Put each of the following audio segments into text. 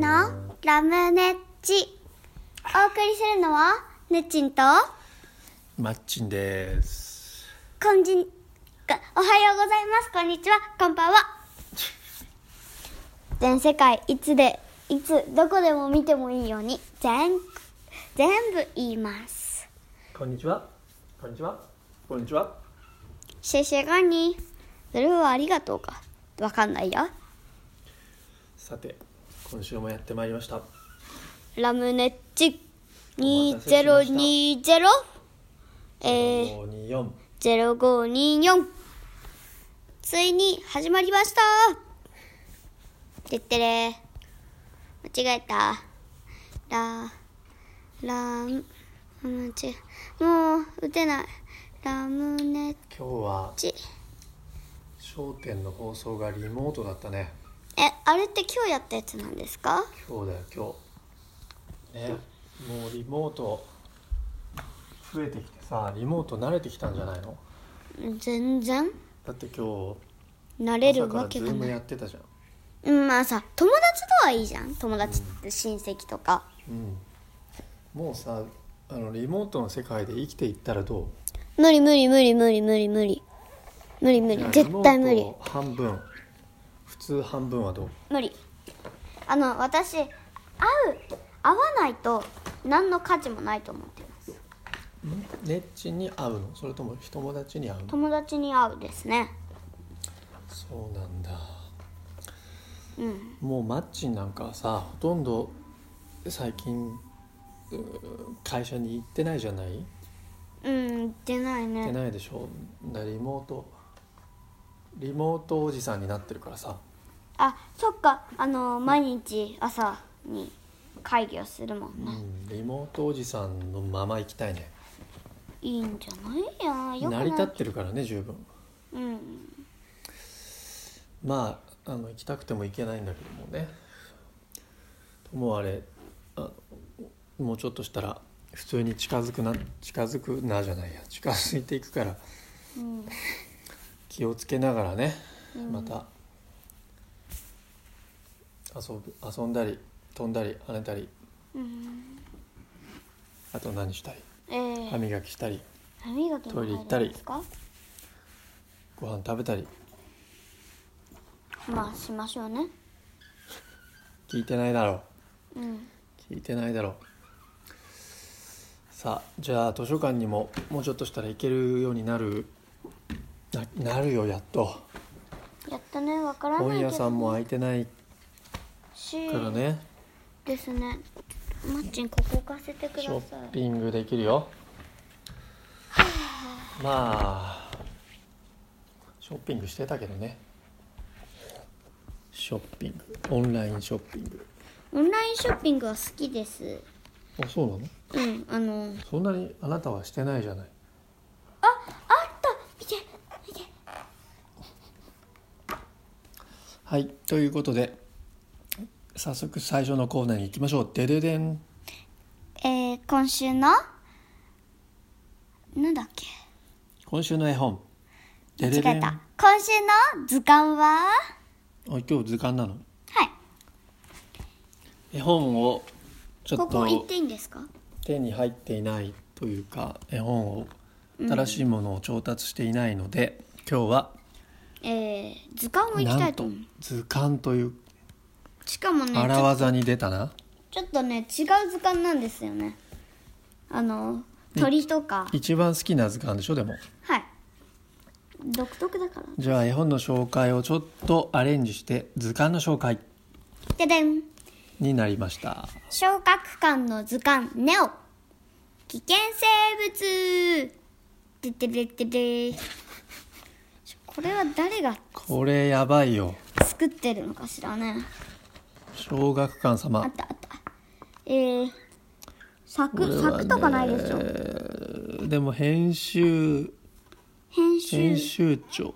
ラムネッチお送りするのはネッチンとマッチンです。こんじんがおはようございますこんにちはこんばんは全世界いつでいつどこでも見てもいいように全全部言いますこんにちは。こんにちは。こんにちは。シェシェガニそれはありがとうかわかんないよさて、今週もやってまいりました。ラムネッチお待たせしました2020えー、五二四。 0524ついに始まりましたてってれ間違えたララム間違えもう打てないラムネッ今日はチ商店の放送がリモートだったね。えあれって今日やったやつなんですか今日だよ今日。ね、もうリモート増えてきてさ、リモート慣れてきたんじゃないの？全然だって今日慣れ朝るかわらけズがームないやってたじゃん。うんまあさ友達とはいいじゃん友達って親戚とかうん。もうさ、あのリモートの世界で生きていったらどう？無理無理無理無理無理無理無理無理絶対無リ理モート半分普通半分はどう無理あの私会う会わないと何の価値もないと思っていますネッチに会うのそれとも友達に会うの友達に会うですねそうなんだうんもうマッチンなんかはさほとんど最近うー会社に行ってないじゃないうん出ない行っねてないでしょだリモートリモートおじさんになってるからさあそっかあの毎日朝に会議をするもんうねんリモートおじさんのまま行きたいねいいんじゃないよよく成なりい立ってるからね十分うんまああの行きたくても行けないんだけどもねともあれあのもうちょっとしたら普通に近づくな近づくなじゃないや近づいていくからうん気をつけながらねまた遊ぶ遊んだり飛んだり跳ねたりうんあと何したりえー、歯磨きしたり歯磨きにトイレ行った入りるんですかご飯食べたりまあしましょうね聞いてないだろうんう聞いてないだろうさあじゃあ図書館にももうちょっとしたら行けるようになるななるよやっと。やったねわからない本けど屋さんも開いてないしからねですねマッチンここ置かせてくだシさョいッピングできるよまあショッピングしてたけどねショッピングオンラインショッピングオンラインショッピングは好きですあそうなうのんあのそんなにあなたはしてないじゃないああった見て見てはいということで早速最初のコーナーに行きましょうでででんえー、今週のなんだっけ今週の絵本で間でで違んえたあ今週の図鑑は今日図鑑なのはい絵本をちょっとここ行っていいんですか手に入っていないというか絵本を新しいものを調達していないので、今日はえー、図鑑も行きたなんいとと思う図鑑というしかもねち荒ょ技に出たな、ちょっとね違う図鑑なんですよねあの鳥とか一番好きな図鑑でしょでもはい独特だからじゃあ絵本の紹介をちょっとアレンジして図鑑の紹介ででんになりました小学館の図鑑ネオ危険生物でででででこれは誰がこれやばいよ作ってるのかしらね小学館あ様ったあったえー、作、れはね作とかないでしょでも編集編集編集長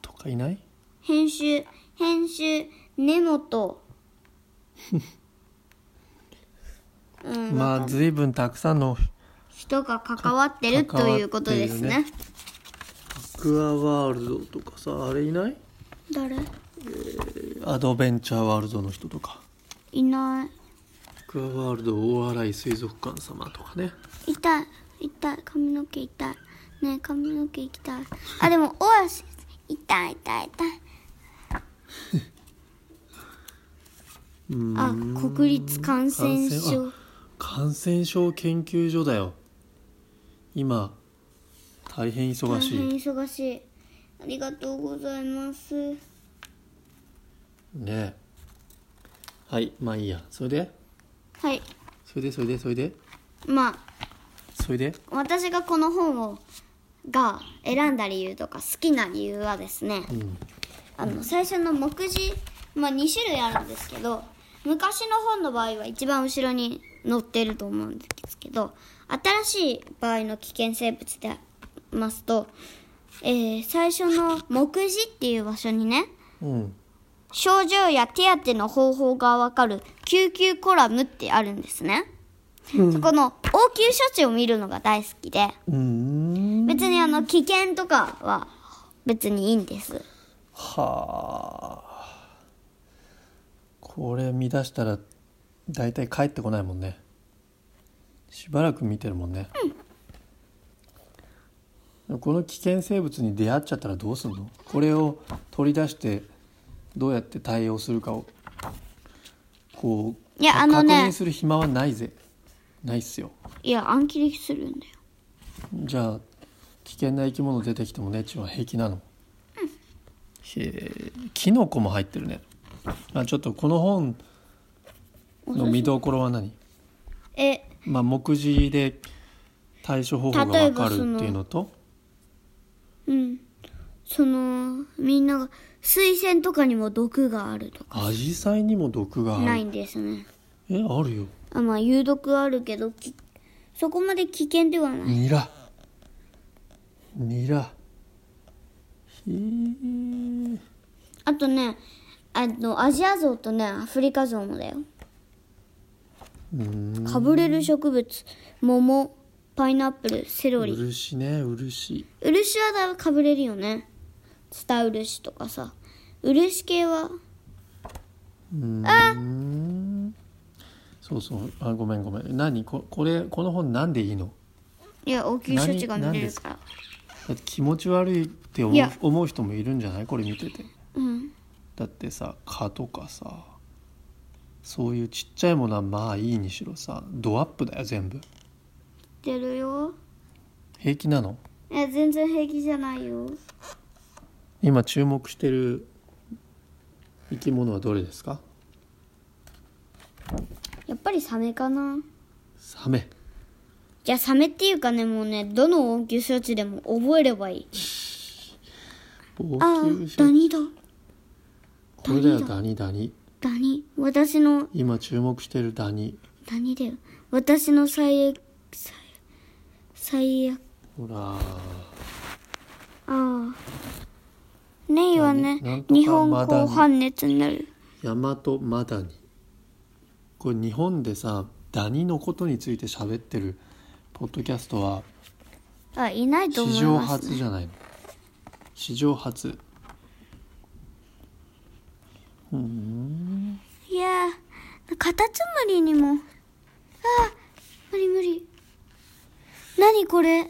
とかいない編集編集根本うん、まあ随分たくさんの人が関わってるということですねアクアワールドとかさあれいない誰アドベンチャーワールドの人とかいないクアワールド大洗水族館様とかね痛い痛い髪の毛痛いねえ髪の毛行きたいあでもオアシス痛い痛い痛いうんあ国立感染症感染症研究所だよ今大変忙大し変い忙しいありがとうございますねはいまあいいやそれではいそれでそれでそれでまあそれで私がこの本をが選んだ理由とか好きな理由はですね、んあの最初の目次、まあ、2種類あるんですけど昔の本の場合は一番後ろに載ってると思うんですけど新しい場合の危険生物でますと、えー最初の目次っていう場所にねうん症状や手当ての方法がわかる救急コラムってあるんですね、そこの応急処置を見るのが大好きでうん別にあの危険とかは別にいいんですはあこれ見出したら大体帰ってこないもんねしばらく見てるもんね、この危険生物に出会っちゃったらどうすんのこれを取り出してどうやって対応するかをこういやかあのね確認する暇はないぜないっすよいや暗記できするんだよじゃあ危険な生き物出てきてもねっちは平気なの、へえキノコも入ってるねあちょっとこの本の見どころは何えまあ目次で対処方法が例え分ばかそのるっていうのとうんそのみんなが水仙とかにも毒があるとかアジサイにも毒があるないんですねえあるよあまあ有毒あるけどきそこまで危険ではないニラニラへえあとねあのアジアゾウとねアフリカゾウもだようんかぶれる植物桃パイナップルセロリ漆ね漆漆はだいぶかぶれるよねツタ漆とかさ漆系はうーんそうそうあごめんごめん何ここれこの本なんでいいのいや応急処置が見れるからだって気持ち悪いって思いうや思う人もいるんじゃないこれ見ててうんだってさ蚊とかさそういうちっちゃいものはまあいいにしろさドアップだよ全部出るよ平気なのいや全然平気じゃないよ今注目してる生き物はどれですかやっぱりサメかなサメいやサメっていうかねもうねどの応急処置でも覚えればいい応あ急ダ症ニだこれだよダニダニダニ私の今注目してるダニダニだよ私の最悪最最悪ほらああネイはねダニなんとか日本マダ後ニ半熱になるヤマトマダニこれ日本でさダニのことについて喋ってるポッドキャストはあいないと思史い上ます、初じゃないの史上初いやーカタツムリにもあー無理無理何これ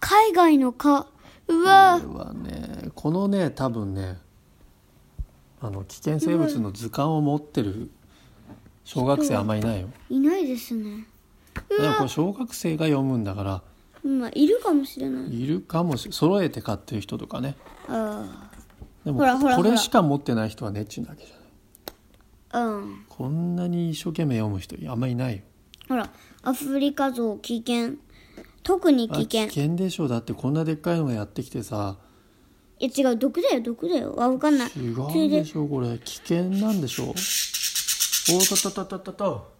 海外の蚊うこわれはねこのね多分ねあの危険生物の図鑑を持ってる小学生あんまいないよーいないですねだからこれ小学生が読むんだからまあいるかもしれないいるかもしれ揃えて買ってる人とかねあでもほらほらほこれらしか持ってない人はネッチなわけじゃないあうんこんなに一生懸命読む人あんまいないよほらアフリカゾウ危険特に危険あでしょだってこんなでっかいのがやってきてさいや違う毒だよ毒だよあわかんない違うんでしょこれ危険なんでしょおーとととととと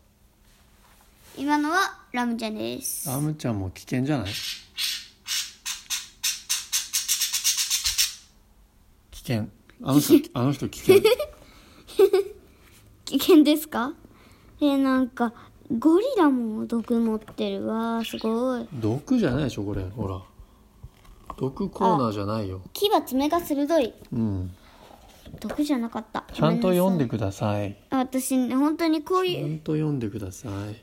今のはラムちゃんですラムちゃんも危険じゃない危険あの人 あの人危険危険ですかえーなんかゴリラも毒持ってるわーすごい毒じゃないでしょこれほら毒コーナーじゃないよ牙爪が鋭いうん毒じゃなかったちゃんと読んでごめなくださいさい私ね本当にこうちいゃうんと読んでください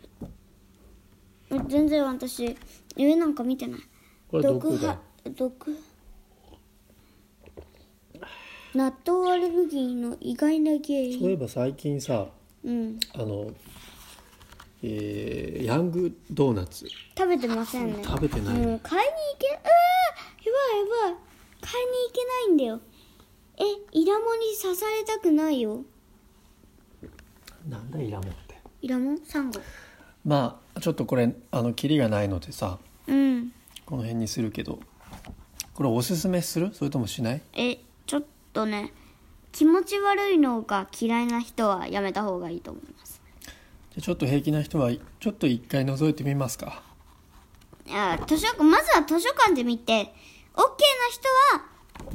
全然私上なんか見てないこれ毒だは毒納豆アレルギーの意外な原そう因いえば最近さうんあの、えーヤングドーナツ食べてませんね食べてない、もう買いに行けあーやばいやばい買いに行けないんだよえイラモに刺されたくないよなんだイラモンってイラモンサンゴまあちょっとこれあのキリがないのでさうんこの辺にするけどこれおすすめするそれともしないえちょっとね気持ち悪いのが嫌いな人はやめた方がいいと思いますじゃあちょっと平気な人はちょっと一回覗いてみますかあ図書館まずは図書館で見て OK な人は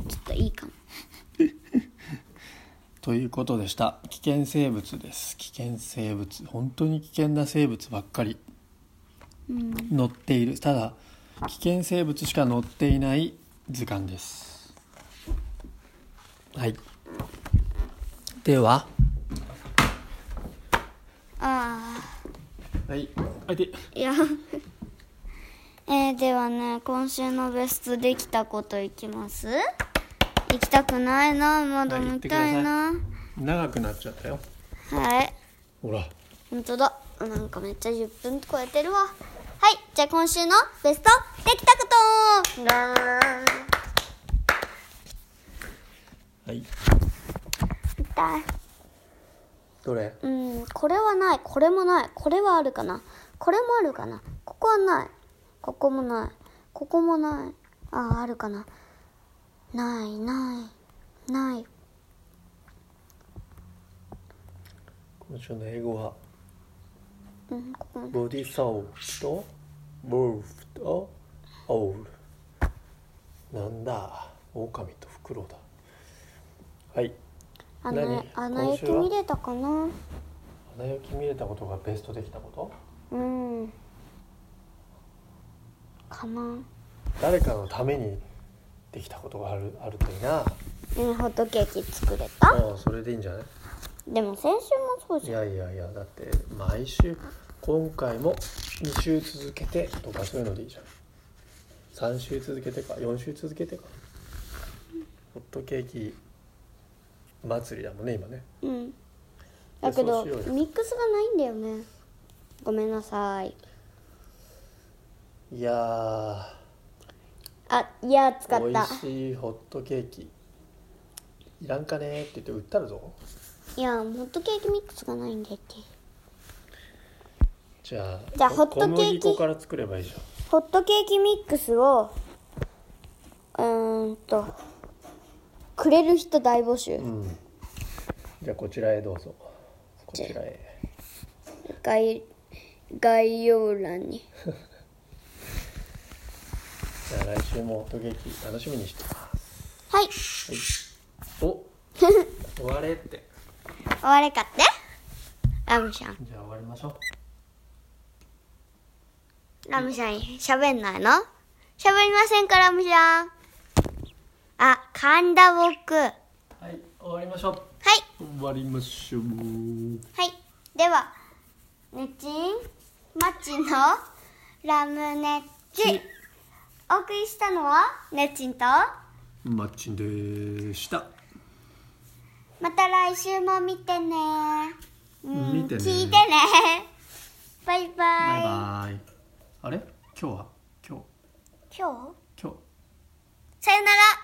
ちょっといいかもということでした危険生物です危険生物本当に危険な生物ばっかりうん載っているただ危険生物しか載っていない図鑑ですはいではあはいあいてあいや えーではね今週のベストできたこといきます行きたくないなまだはい行っ見てくだたさいいな長くなっちゃったよはいほら本当だなんかめっちゃ10分超えてるわはいじゃあ今週のベストできたことララララはい痛いどれうんこれはないこれもないこれはあるかなこれもあるかなここはないここもないここもないああるかなないないない今週の英語はうんここもボディソープとボルフとオールなんだ狼とフクロウだはいあの何穴今焼週きは見れたかな穴焼き見れたことがベストできたことうんかな誰かのためにできたことがあるあるといいなうんホットケーキ作れたああそれでいいんじゃないでも先週もそういじゃんやいやいやだって毎週今回も2週続けてとかそういうのでいいじゃん3週続けてか4週続けてかホットケーキ祭りだもんね今ねうんだけどそうしようよミックスがないんだよねごめんなさいいやーあいや使っ美た味しいホットケーキいらんかねーって言って売ったるぞいやホットケーキミックスがないんでってじゃあじゃあホットケーキ小麦粉から作ればいいじゃんホットケーキミックスをうーんとくれる人大募集うん、じゃあこちらへどうぞこちらへ概概要欄にじゃあ来週もホットケーキ楽しみにしてま すはいお終われって終わりかってラムちゃんじゃあ終わりましょうラムちゃん喋んないの喋りませんかラムちゃんあ噛んだ僕はいはい終わりましょう終わりましょうはい。では、ねちん、マッチのラムネッチ。お送りしたのは、ねちんと、まマッチンでしたた来週も見てね。うん見てね聞いてね。バイババイイ。バイあれ今日は今日今日今日さよなら。